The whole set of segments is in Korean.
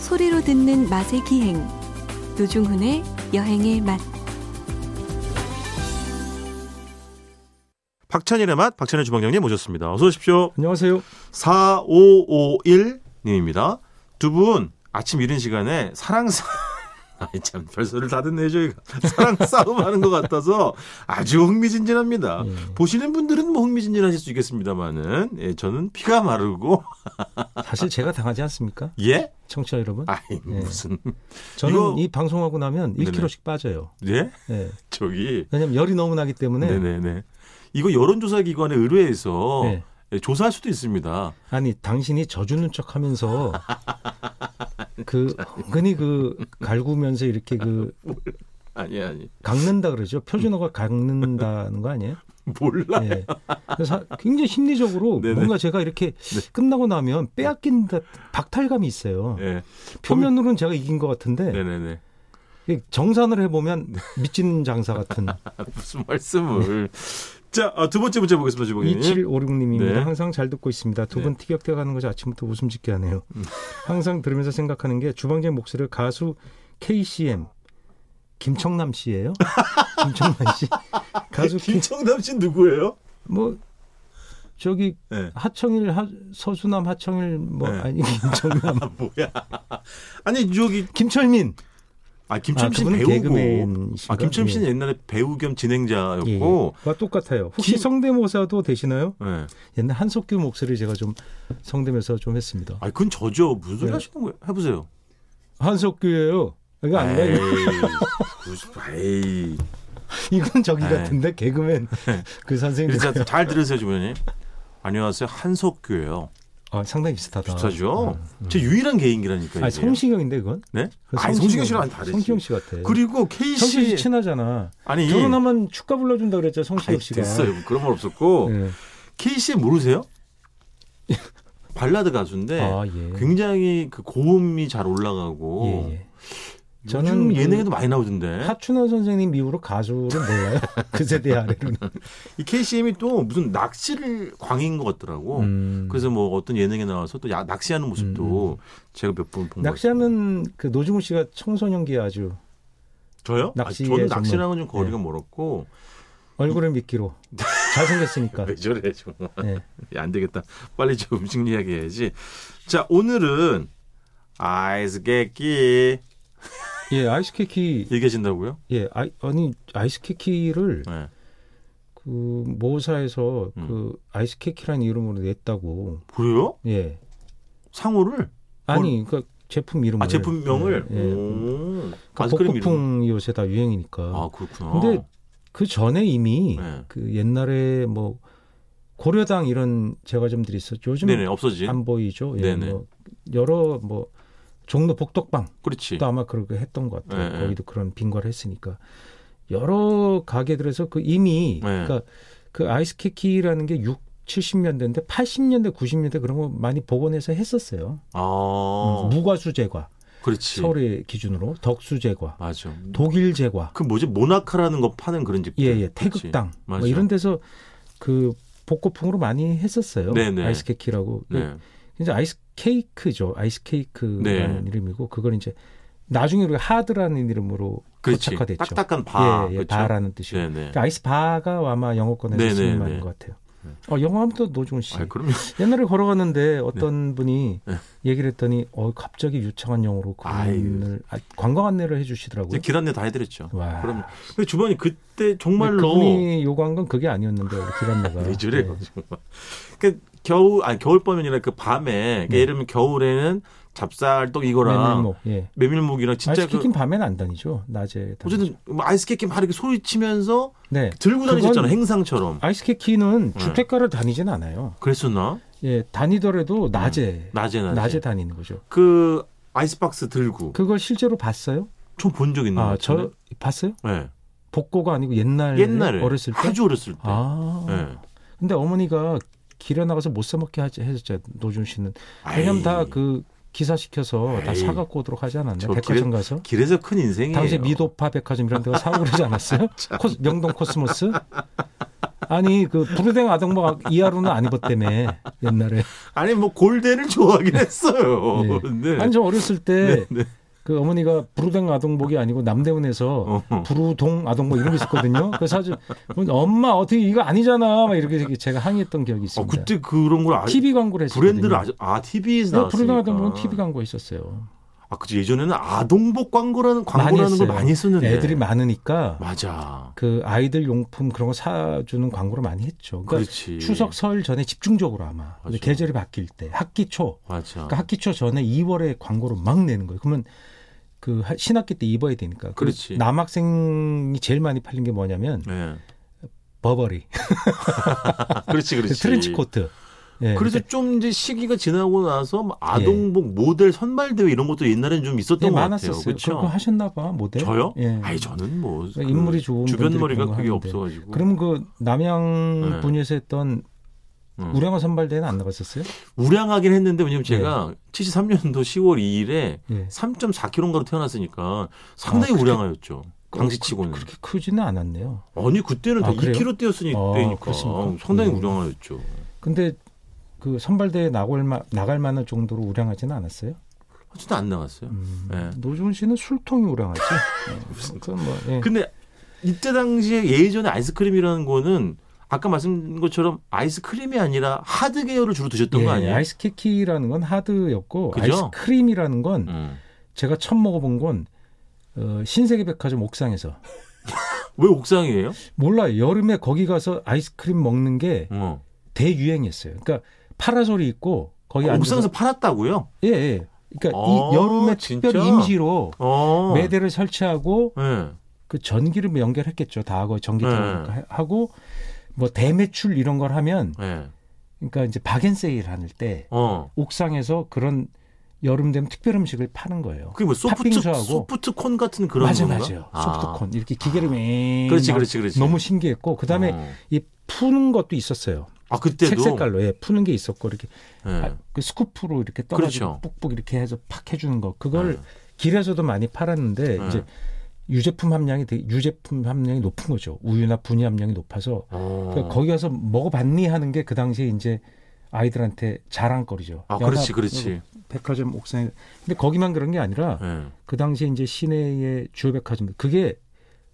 소리로 듣는 맛의 기행 노중훈의 여행의 맛 박찬일의 맛, 박찬일 주방장님 모셨습니다. 어서 오십시오. 안녕하세요. 4551님입니다. 두 분 아침 이른 시간에 사랑 싸 아이 참 별소리를 다 듣네 저희가 사랑 싸움 하는 것 같아서 아주 흥미진진합니다. 예. 보시는 분들은 뭐 흥미진진하실 수 있겠습니다만은 예, 저는 피가 마르고 사실 제가 당하지 않습니까? 예? 청취자 여러분. 아, 아이 무슨 저는 이거- 이 방송하고 나면 네네. 1kg씩 빠져요. 예? 예. 저기 왜냐면 열이 너무 나기 때문에 네네네 이거 여론조사 기관에 의뢰해서 네. 예, 조사할 수도 있습니다. 아니 당신이 져주는 척 하면서 그 흔히 그 갈구면서 이렇게 그 아니 아니 깎는다 그러죠. 표준어가 깎는다는 거 아니에요? 몰라. 요 예. 그래서 굉장히 심리적으로 네네. 뭔가 제가 이렇게 끝나고 나면 빼앗긴다 박탈감이 있어요. 예. 표면으로는 제가 이긴 것 같은데 네네네. 정산을 해보면 미친 장사 같은 무슨 말씀을. 자, 아, 두 번째 문제 보겠습니다, 주봉님. 2756님입니다. 네. 항상 항상 잘 듣고 있습니다. 두 분 티격태격 하는 것이 아침부터 웃음 짓게 하네요. 항상 들으면서 생각하는 게 주방장 목소리를 가수 KCM 김청남 씨예요. 김청남 씨 가수 K- 김청남 씨 누구예요? 뭐 저기 네. 하청일 하, 서수남 하청일 뭐 네. 아니 김청남 뭐야. 아니, 저기. 김철민 아, 김철민 아, 씨는 그분은 배우고. 개그맨이신가? 예. 아, 김철민 씨는 옛날에 배우 겸 진행자였고. 와 똑같아요. 혹시 예. 김- 성대모사도 되시나요? 예. 옛날 한석규 목소리 제가 좀 성대모사 좀 했습니다. 아, 그건 저죠. 무슨 소리 네. 하시는 거예요? 해보세요. 아. 한석규예요. 이거 안 에이, 가요. 무슨, 에이. 이건 저기 네. 같은데 개그맨 그 선생님 자, 잘 들으세요, 주봉님. 안녕하세요. 한석규예요. 아, 상당히 비슷하다. 비슷하죠? 제 유일한 개인기라니까요. 아 이게. 완성식형인데 그건? 네? 아니, 성시경 씨랑 다르지. 성시경 씨 같아. 그리고 K 성시경 씨. 씨 친하잖아. 아니, 결혼하면 축가 불러준다 그랬죠 아이, 성시경 씨가. 네, 됐어요. 뭐 그런 말 없었고. 예. K 씨 모르세요? 발라드 가수인데 아 예. 굉장히 그 고음이 잘 올라가고 예, 예. 요즘 저는 그 예능에도 많이 나오던데 하춘원 선생님 이후로 가수를 몰라요. 그 세대 아래로는. 이 KCM이 또 무슨 낚시를 광인 것 같더라고. 음. 그래서 뭐 어떤 예능에 나와서 또 야- 낚시하는 모습도 제가 몇 번 본 것 같습니다. 낚시하면 그 노중훈 씨가 청소년기에 아주 저요? 아, 낚시에 예. 저는 전문. 낚시랑은 좀 거리가 멀었고 얼굴을 믿기로 잘생겼으니까. 왜 저래 정말 예. 야, 안 되겠다. 빨리 저 음식 이야기해야지. 자 오늘은 아이스 깨끼 예, 아이스케키. 얘기하신다고요? 예, 아이, 아니 아이스케키를 네. 그 모사에서 음. 그 아이스케키라는 이름으로 냈다고. 그래요? 예. 상호를 아니, 그러니까 제품 이름을. 아 제품명을 예. 예. 오. 그러니까 아이스크림 이름. 복고풍이 요새 다 유행이니까. 아 그렇구나. 근데 그 전에 이미 네. 그 옛날에 뭐 고려당 이런 제과점들이 있었죠. 요즘 네네 없어진. 안 보이죠. 예, 네네. 뭐 여러 뭐 종로 복덕방도 그렇지. 아마 그렇게 했던 것 같아요. 네, 네. 거기도 그런 빙과를 했으니까 여러 가게들에서 그 네. 이미 그러니까 그 아이스케키라는 게 6, 70년대인데 80년대, 90년대 그런 거 많이 복원해서 했었어요. 아 음, 무과수 제과. 그렇지. 서울의 기준으로 덕수 제과, 맞아. 독일 제과, 그 뭐지 모나카라는 거 파는 그런 집. 예, 예, 태극당 뭐 맞아. 이런 데서 그 복고풍으로 많이 했었어요. 네네. 아이스케키라고. 그 네. 이제 아이스 케이크죠. 아이스 케이크라는 네. 이름이고 그걸 이제 나중에 우리가 하드라는 이름으로 그렇지. 고착화됐죠. 딱딱한 바. 예, 예, 그렇죠? 바라는 뜻이고. 네네. 그러니까 아이스 바가 아마 영어권에서 네네네. 쓰는 말인 것 같아요. 어, 영어 하면 또 노중훈 씨. 아 그럼요. 옛날에 걸어갔는데 어떤 분이 네. 얘기를 했더니 어 갑자기 유창한 영어로 아유. 그분을 아, 관광 안내를 해주시더라고요. 이제 길 안내 다 해드렸죠. 와. 그럼 근데 주방이 그때 정말로 그분이 요구한 건 그게 아니었는데 예. 우리 기란내가 네. 왜 저래요 정말. 그 겨울 아니 겨울밤이 아니라 그 밤에 네. 그러니까 예를 들면 겨울에는 찹쌀떡 이거랑 맨목 예. 메밀묵이랑 진짜 그 아이스키킨 밤엔 안 다니죠. 낮에. 다니죠. 어쨌든 뭐 아이스케이킹 하이렇게 소리치면서 네. 들고 그건- 다니셨잖아 행상처럼. 아이스키키는 네. 주택가를 다니진 않아요. 그랬었나? 예, 다니더라도 낮에 음. 낮에 낮에. 낮에 다니는 거죠. 그 아이스박스 들고 그걸 실제로 봤어요? 좀 본 적 있는 것 아, 저 같은데. 봤어요? 예. 복고가 아니고 옛날 옛날에 어렸을 때. 아주 어렸을 때. 아. 예. 근데 어머니가 길에 나가서 못 사먹게 하지 해줬죠. 노준 씨는. 아이, 왜냐면 다 그 기사 시켜서 다 아이. 사갖고 오도록 하지 않았나? 저 예. 백화점 가서. 길에서 큰 인생이에요. 당시 미도파 백화점 이런 데가 사고 그러지 않았어요? 코스- 명동 코스모스? 아니 그 부르댕 아동복 이하로는 안 입었다며 옛날에. 아니 뭐 골대를 좋아하긴 했어요. 네. 근데 아니 저 어렸을 때 네, 그 네. 어머니가 부르댕 아동복이 아니고 남대문에서 어. 부르동 아동복 이런 거 있었거든요. 그래서 아주 엄마 어떻게 이거 아니잖아 막 이렇게 제가 항의했던 기억이 어, 있습니다. 그때 그런 걸 아, TV 광고를 했어요. 브랜드를 아주 아 TV에서 네, 부르댕 나왔으니까. 아동복은 TV 광고 있었어요. 아, 그치 예전에는 아동복 광고라는 광고라는 걸 했어요. 많이 했었는데. 애들이 많으니까 맞아. 그 아이들 용품 그런 거 사주는 광고를 많이 했죠. 그러니까 그렇지. 추석 설 전에 집중적으로 아마 근데 맞아. 계절이 바뀔 때 학기 초 맞아. 그러니까 학기 초 전에 2월에 광고를 막 내는 거예요. 그러면 그 하- 신학기 때 입어야 되니까. 그 그렇지. 남학생이 제일 많이 팔린 게 뭐냐면 예. 아, 버버리, 그렇지 그렇지. 트렌치 코트. 예. 그래서 좀 이제 시기가 지나고 나서 뭐 아동복 모델 선발 대회 이런 것도 옛날에는 좀 있었던 예, 것 많았었어요. 같아요. 그렇죠? 거 하셨나 봐 모델. 저요? 예. 아니 저는 뭐 그러니까 인물이 좋은 주변 분들이 머리가 그런 거 그게 하는데. 없어가지고. 그럼 그 남양 예. 분야에서 했던 음. 우량원 선발대회는 안 나갔었어요? 우량하긴 했는데 왜냐면 네. 제가 73년도 10월 2일에 예. 3.4kg가로 태어났으니까 상당히 아, 그렇게- 우량하였죠. 당시치고는. 그, 그렇게 크지는 않았네요. 아니 그때는 다 아, 그래요? 2kg 뛰었으니까 아, 때니까 그렇습니까? 상당히 음. 우량하였죠. 근데 그 선발대회 나갈, 마- 나갈 만한 정도로 우량하지는 않았어요. 어쨌든 안 나갔어요. 음. 예. 노준 씨는 술통이 우량하지. 무슨 뭐, 예. 근데 이때 당시에 예전에 아이스크림이라는 거는 아까 말씀드린 것처럼 아이스크림이 아니라 하드 계열을 주로 드셨던 예, 거 아니에요? 아이스케이크라는 건 하드였고 그죠? 아이스크림이라는 건 음. 제가 처음 먹어본 건 어, 신세계백화점 옥상에서 왜 옥상이에요? 몰라 여름에 거기 가서 아이스크림 먹는 게 어. 대유행이었어요. 그러니까 파라솔이 있고 거기 아, 앉아서 옥상에서 팔았다고요? 예, 예. 그러니까 어, 이 여름에 진짜? 특별히 임시로 어. 매대를 설치하고 예. 그 전기를 연결했겠죠. 다 하고 전기 네. 네. 하고 뭐 대매출 이런 걸 하면 예. 그러니까 이제 박앤세일 하는 때 어. 옥상에서 그런 여름 되면 특별 음식을 파는 거예요. 그게 뭐 소프트 팥빙수하고. 소프트 콘 같은 그런 맞아 건가? 맞아요. 아. 소프트콘 이렇게 기계를 맹 그렇지 막 그렇지 그렇지. 너무 신기했고 그다음에 어. 이 푸는 것도 있었어요. 아 그때도 색 색깔로 예, 푸는 게 있었고 이렇게 예. 아, 그 스쿠프로 이렇게 떠가지고 그렇죠. 뿍뿍 이렇게 해서 팍 해주는 거 그걸 예. 길에서도 많이 팔았는데 네. 이제 유제품 함량이 되게 유제품 함량이 높은 거죠. 우유나 분유 함량이 높아서 어. 그러니까 거기 가서 먹어봤니 하는 게 그 당시에 이제 아이들한테 자랑거리죠. 아 야, 나 그렇지 그렇지. 백화점 옥상에 근데 거기만 그런 게 아니라 예. 그 당시에 이제 시내의 주요 백화점 그게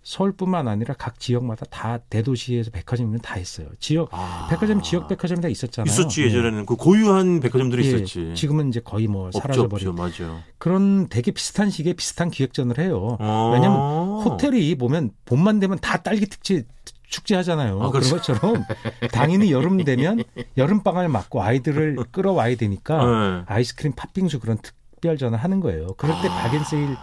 서울뿐만 아니라 각 지역마다 다 대도시에서 백화점은 다 있어요. 지역 아. 백화점 지역 백화점이 다 있었잖아요. 있었지 예. 예전에는 그 고유한 백화점들이 예, 있었지. 지금은 이제 거의 뭐 없죠 없죠 사라져버린 맞아요. 그런 되게 비슷한 시기에 비슷한 기획전을 해요. 어. 왜냐면 호텔이 보면 봄만 되면 다 딸기 특제 축제 하잖아요. 아, 그런 그렇죠. 것처럼 당연히 여름 되면 여름 방을 맞고 아이들을 끌어와야 되니까 예. 아이스크림 팥빙수 그런 특별전을 하는 거예요. 그럴 때 박앤세일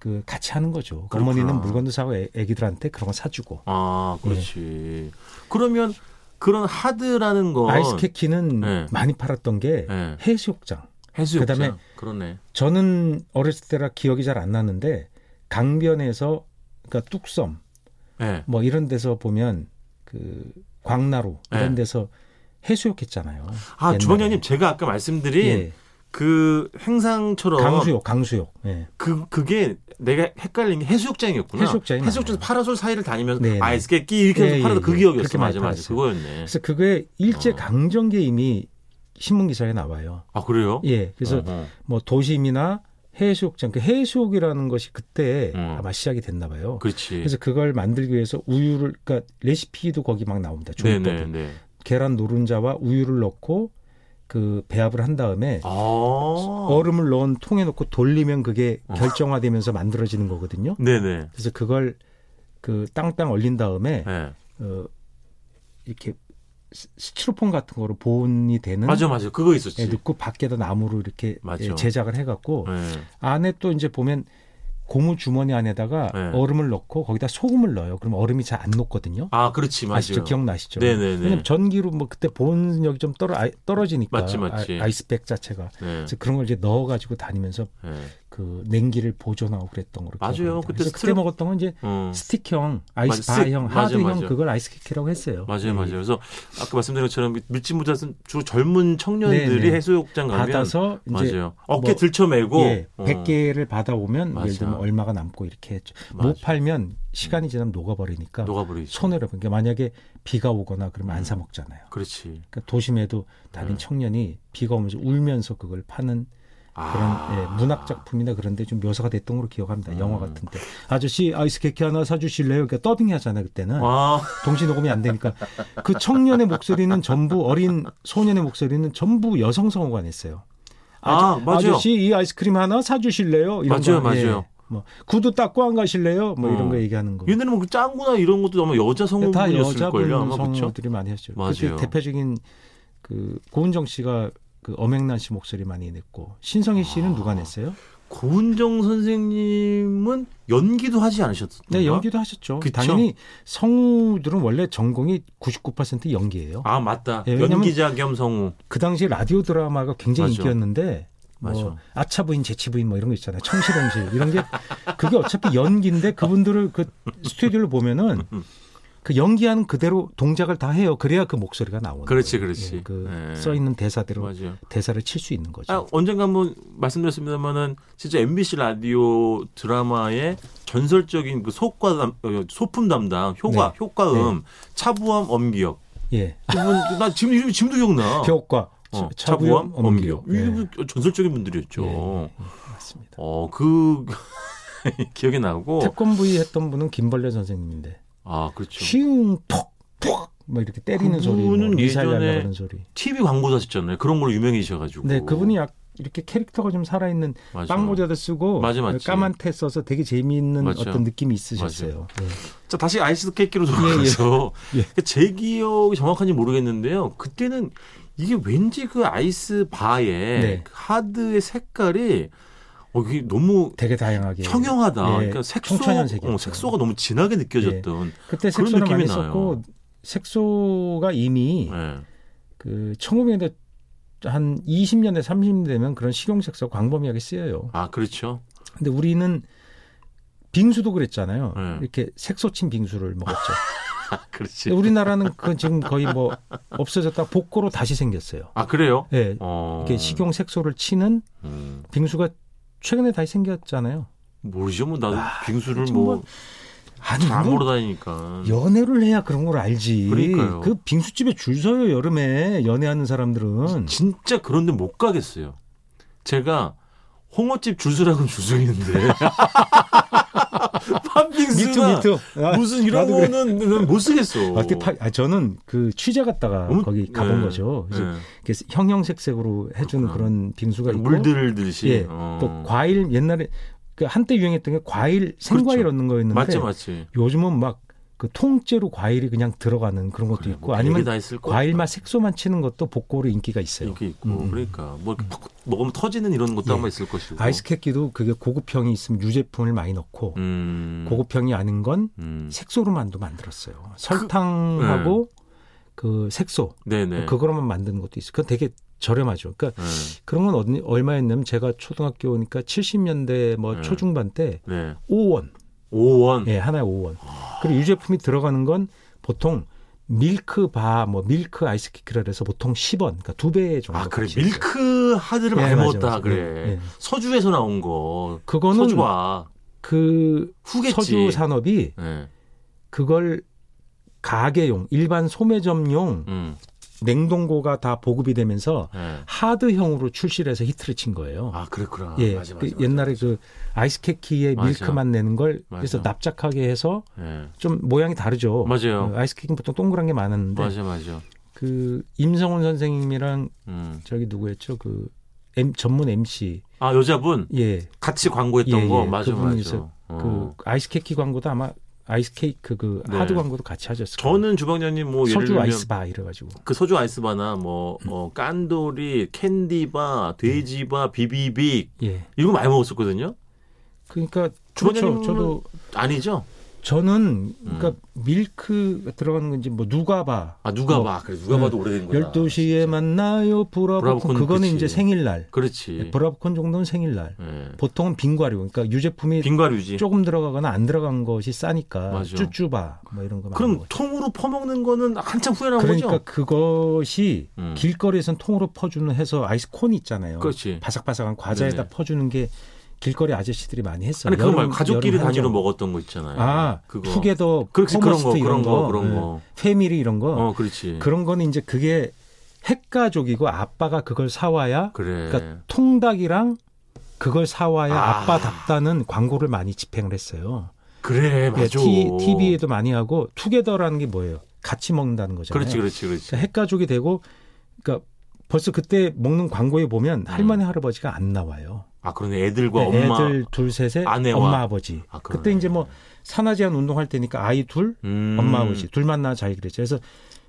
그 같이 하는 거죠. 아. 그렇구나. 어머니는 물건도 사고 애- 애기들한테 그런 거 사주고 아 그렇지. 그러면 그런 하드라는 거 아이스케키는 어. 네. 많이 팔았던 게 네. 해수욕장. 해수욕장 그다음에 그러네. 저는 어렸을 때라 기억이 잘 안 나는데 강변에서 그러니까 뚝섬 예. 뭐 이런 데서 보면 그 광나루 이런 네. 데서 해수욕했잖아요. 아 옛날에. 주방장님 제가 아까 말씀드린 예. 그 행상처럼 강수욕, 강수욕. 예. 그 그게 내가 헷갈린 게 해수욕장이었구나. 해수욕장이 해수욕장 많아요. 파라솔 사이를 다니면서 네, 네. 아이스케 끼 이렇게 해서 예, 팔아서 예, 그 예. 기억이었어. 그렇게 맞아 많이 맞아. 팔았어요. 그거였네. 그래서 그게 일제 어. 강점기에 이미 신문 기사에 나와요. 아 그래요? 예. 그래서 어허. 뭐 도심이나 해수욕장, 그 해수욕이라는 것이 그때 음. 예. 아마 시작이 됐나 봐요. 그렇지. 그래서 그걸 만들기 위해서 우유를 그러니까 레시피도 거기 막 나옵니다. 네네네. 조리법이. 계란 노른자와 우유를 넣고 그 배합을 한 다음에 아. 아. 얼음을 넣은 통에 넣고 돌리면 그게 결정화되면서 만들어지는 거거든요. 네네. 그래서 그걸 그 땅땅 얼린 다음에 예. 어, 이렇게 스- 스티로폼 같은 거로 보온이 되는 맞아 맞아. 그거 예, 있었지. 넣고 밖에다 나무로 이렇게 맞죠. 예, 제작을 해갖고 예. 안에 또 이제 보면 고무 주머니 안에다가 네. 얼음을 넣고 거기다 소금을 넣어요. 그럼 얼음이 잘 안 녹거든요. 아 그렇지 맞아. 아시죠? 기억나시죠? 네네네. 왜냐면 전기로 뭐 그때 보온력이 좀 떨어, 지니까 맞지, 맞지. 아, 이스백 자체가 네. 그래서 그런 걸 이제 넣어가지고 다니면서 예. 그 냉기를 보존하고 그랬던 거로 맞아요. 기억합니다. 그때 그래서 그때 스트랩- 먹었던 건 이제 어. 스틱형, 아이스 맞아, 스틱. 바형, 맞아, 하드형 맞아. 그걸 아이스케이크라고 했어요. 맞아요, 예. 맞아요. 그래서 아까 말씀드린 것처럼 밀짚모자는 주로 젊은 청년들이 네, 네. 해수욕장 가면 받아서 이제 맞아요. 어깨 뭐- 들쳐매고 예, 어. 100개를 받아오면 맞아. 예를 들면 얼마가 남고 이렇게 했죠. 못 맞아. 음. 팔면 시간이 지나면 녹아버리니까 녹아버리죠. 손해를 보니까 만약에 비가 오거나 그러면 안 사 먹잖아요. 그렇지. 그러니까 도심에도 다빈 네. 청년이 비가 오면서 울면서 그걸 파는 그런 아. 예, 문학 작품이나 그런데 좀 묘사가 됐던 걸로 기억합니다. 영화 음. 같은데 아저씨 아이스케이크 하나 사주실래요? 그러니까 더빙이 하잖아요 그때는 아, 동시 녹음이 안 되니까 그 청년의 목소리는 전부 어린 소년의 목소리는 전부 여성 성우가 냈어요. 아, 맞아요. 아저씨 이 아이스크림 하나 사주실래요? 이런 맞아요, 거. 예. 맞아요. 뭐 구두 닦고 안 가실래요? 뭐 이런 어. 거 얘기하는 거. 옛날에 뭐 짱구나 이런 것도 아마 여자 네, 다 성우분이었을 여자분 걸요. 아마 그렇죠. 성우들이 많이 했죠. 그때 맞아요. 대표적인 그 고은정 씨가 그 엄앵란 씨 목소리 많이 냈고 신성희 씨는 아, 누가 냈어요? 고은정 선생님은 연기도 하지 않으셨던가? 네 연기도 하셨죠. 그쵸? 당연히 성우들은 원래 전공이 99% 연기예요. 아, 맞다. 예, 왜냐면- 연기자 겸 성우. 그 당시 라디오 드라마가 굉장히 맞아. 인기였는데 뭐 맞아. 아차 부인, 제치 부인 뭐 이런 거 있잖아요. 청실홍실 이런 게 그게 어차피 연기인데 그분들을 그 스튜디오를 보면은 그 연기하는 그대로 동작을 다 해요. 그래야 그 목소리가 나오는 그렇지, 거예요. 그렇지. 예, 그 네. 써 있는 대사대로 맞아요. 대사를 칠 수 있는 거죠. 아, 언젠가 한번 말씀드렸습니다만은 진짜 MBC 라디오 드라마의 전설적인 그 소과 담, 어, 소품 담당 효과 네. 효과음 차부함 엄기역 예. 그분 나 지금 이름 지금도 기억나 효과 어, 음. 차, 부함 네. 차부함 엄기요. 엄기역 예, 이거 전설적인 분들이었죠 맞습니다. 어 그 기억이 나고 태권브이 했던 분은 김벌레 선생님인데 아 어. 그렇죠 쉬웅 톡톡막 이렇게 때리는 소리, 뭐 그분은 미사일 예전에 날라가는 소리. TV 광고사셨잖아요 그런 걸로 유명해지셔가지고 네, 그분이 약 이렇게 캐릭터가 좀 살아있는 맞아. 빵 모자도 쓰고 맞아, 맞지. 까만 테 써서 되게 재미있는 맞아. 어떤 느낌이 있으셨어요. 자 다시 아이스케이크로 돌아가서 그러니까 예. 제 기억이 정확한지 모르겠는데요. 그때는 이게 왠지 그 아이스 바의 네. 그 하드의 색깔이 어 이게 너무 되게 다양하게. 청영하다. 예, 그러니까 색소 청천연색이었죠. 어, 색소가 너무 진하게 느껴졌던. 그때 그런 색소를 많이 느낌이 썼고 나요. 색소가 이미 예. 그 1900년대 한 20년대 30년 되면 그런 식용 색소 광범위하게 쓰여요. 아 그렇죠. 근데 우리는 빙수도 그랬잖아요. 네. 이렇게 색소 친 빙수를 먹었죠. 아 그렇지. 근데 우리나라는 그건 지금 거의 뭐 없어졌다 복고로 다시 생겼어요. 아 그래요. 예. 어. 이렇게 식용 색소를 치는 음, 빙수가 최근에 다시 생겼잖아요. 모르죠. 뭐 나도 빙수를 아, 정말 뭐 아니, 잘 뭐 모르 다니니까. 연애를 해야 그런 걸 알지. 그러니까요. 그 빙수집에 줄 서요 여름에 연애하는 사람들은. 음. 진짜 그런데 못 가겠어요. 제가 홍어집 주스라고 주스인데 팥빙수나 아, 무슨 이런 나도 그래. 거는 난못 쓰겠어. 아, 그때 파- 아, 저는 그 취재 갔다가 어머, 거기 가본 네, 거죠. 그래서 네. 이렇게 형형색색으로 해주는 그렇구나. 그러니까 그런 빙수가 있고 물들듯이. 예, 어. 또 과일 옛날에 그 한때 유행했던 게 과일 생과일 그렇죠. 얻는 거였는데 맞지 맞지. 요즘은 막 그 통째로 과일이 그냥 들어가는 그런 것도 있고 아니면 뭐 다 있을 거야. 과일 맛 색소만 치는 것도 복고로 인기가 있어요. 이렇게 있고 음. 그러니까 뭐 이렇게 팍 먹으면 터지는 이런 것도 예. 아마 있을 것이고. 아이스케이크도 그게 고급형이 있으면 유제품을 많이 넣고 음. 고급형이 아닌 건 음. 네. 색소로만도 만들었어요. 설탕하고 그 색소 네네. 그거로만 만드는 것도 있어요. 그건 되게 저렴하죠. 그러니까 네. 그런 건 어디- 얼마였냐면 제가 초등학교니까 70년대 뭐 네. 초중반 때 네. 5원 5원. 예, 하나에 5원. 그리고 유제품이 들어가는 건 보통 밀크바, 뭐 밀크 아이스크림이라 해서 보통 10원, 그러니까 두 배 정도. 아 그래 값이 있어요. 밀크 하드를 예, 많이 맞아요, 먹었다 맞아요. 그래. 예. 서주에서 나온 거. 그거는 서주와 예. 그 후겠지. 서주 산업이 네. 그걸 가게용, 일반 소매점용 음. 냉동고가 다 보급이 되면서 네. 하드형으로 출시를 해서 히트를 친 거예요. 아 그랬구나. 예, 맞아, 그 맞아, 맞아. 옛날에 그 아이스케키에 맞아. 밀크만 내는 걸 그래서 맞아. 납작하게 해서 예. 좀 모양이 다르죠. 맞아요. 어, 아이스케이크는 보통 동그란 게 많았는데 맞아 맞아. 그 임성훈 선생님이랑 음. 저기 누구였죠? 그 M, 전문 MC 아 여자분 예, 같이 광고했던 예, 거 예. 맞아 맞아. 그분이서 어. 그 아이스케이크 광고도 아마 아이스케이크 그 네. 하드 광고도 같이 하셨을 거예요. 저는 주방장님 뭐 예를 서주 들면 아이스바 음. 이래가지고 그 서주 아이스바나 뭐 어, 깐돌이, 캔디바, 돼지바, 비비빅 예, 이거 많이 먹었었거든요. 그러니까 그렇죠. 주방장님은 저도 아니죠? 저는 그러니까 음. 밀크 들어가는 건지 뭐 누가 봐. 아 누가 뭐 봐. 그래 누가 네. 봐도 오래된 거다. 12시에 만나요 브라보콘 브라보콘 그거는 그치. 이제 생일날. 예. 그렇지. 브라보콘 정도는 생일날. 예. 보통은 빈과류 그러니까 유제품이 빙과류지. 예. 조금 들어가거나 안 들어간 것이 싸니까 맞아. 쭈쭈바 뭐 이런 거 많은 그럼 거죠. 통으로 퍼먹는 거는 한참 후에 나온 그러니까 거죠. 그것이 음. 길거리에선 통으로 퍼주는 해서 아이스콘 있잖아요. 그렇지. 바삭바삭한 과자에다 네네. 퍼주는 게 길거리 아저씨들이 많이 했어요. 아니 그거 말고 여름- 가족끼리 여름 단위로 한정. 먹었던 거 있잖아요. 아, 그거. 투게더, 그렇지, 그런 거, 포머스트 그런 이런 거, 거, 그런 예. 거. 패밀리 이런 거. 어, 그렇지. 그, 그런 거는 이제 그게 핵가족이고 아빠가 그걸 사와야 래 그러니까 통닭이랑 그걸 사와야 네. 아. 아. 빠답다는 광고를 많이 집행을 했어요. 그래, 예, 맞아. 티 TV에도 많이 하고 투게더라는 게 뭐예요? 같이 먹는다는 거잖아요. 그렇지, 그렇지, 그렇지. 그러니까 핵가족이 되고 그러니까 벌써 그때 먹는 광고에 보면 할머니 할아버지가 안 나와요. 아, 그러네. 애들과 네, 음. 엄마. 애들 둘 셋에 아내와. 엄마 아버지. 아, 그러네. 그때 이제 뭐 산하제한 운동할 때니까 아이 둘, 음. 엄마 아버지 둘만 나와 자기 그랬죠. 그래서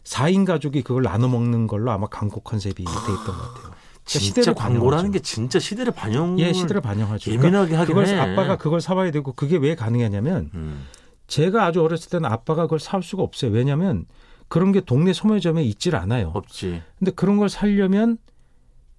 4인 가족이 그걸 나눠 먹는 걸로 아마 광고 컨셉이 돼 있던 것 같아요. 진짜 그러니까 시대를 광고라는 반영하죠. 게 진짜 시대를 반영을 예, 시대를 반영하죠. 예민하게 하긴 그걸 해. 아빠가 그걸 사와야 되고 그게 왜 가능하냐면 음. 제가 아주 어렸을 때는 아빠가 그걸 사올 수가 없어요. 왜냐하면 그런 게 동네 소매점에 있질 않아요. 없지. 근데 그런 걸 살려면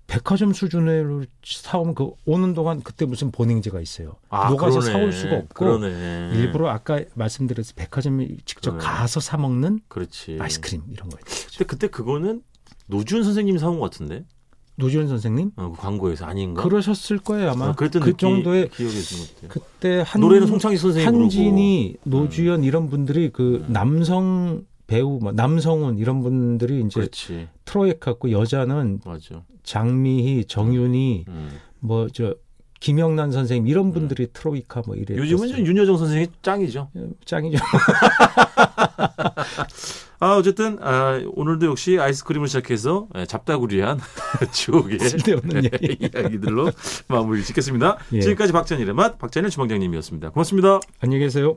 백화점 수준으로 사오면 그 오는 동안 그때 무슨 보냉제가 있어요. 아, 녹아서 그러네. 사올 수가 없고 그러네. 일부러 아까 말씀드렸듯이 백화점에 직접 그래. 가서 사 먹는 그렇지. 아이스크림 이런 거. 있죠. 근데 그때 그거는 노준 선생님이 사온 것 같은데. 노지현 선생님 어, 그 광고에서 아닌가? 그러셨을 거예요 아마. 어, 그랬던 그 느낌- 정도의 기억이 있는 것 같아요. 그때 한 노래는 송창희 선생님 부르고. 음. 한진이 노주현 이런 분들이 그 남성 배우 뭐 남성훈 이런 분들이 이제 그렇지. 트로이카고 여자는 맞아. 장미희, 정윤희, 음. 뭐 저 김영란 선생님 이런 분들이 트로이카 뭐 이래. 네. 요즘은 좀 윤여정 선생이 짱이죠. 짱이죠. 아 어쨌든 아, 오늘도 역시 아이스크림을 시작해서 예, 잡다구리한 추억의 쓸데없는 얘기. 이야기들로 마무리 짓겠습니다. 예. 지금까지 박찬일의 맛 박찬일 주방장님이었습니다. 고맙습니다. 안녕히 계세요.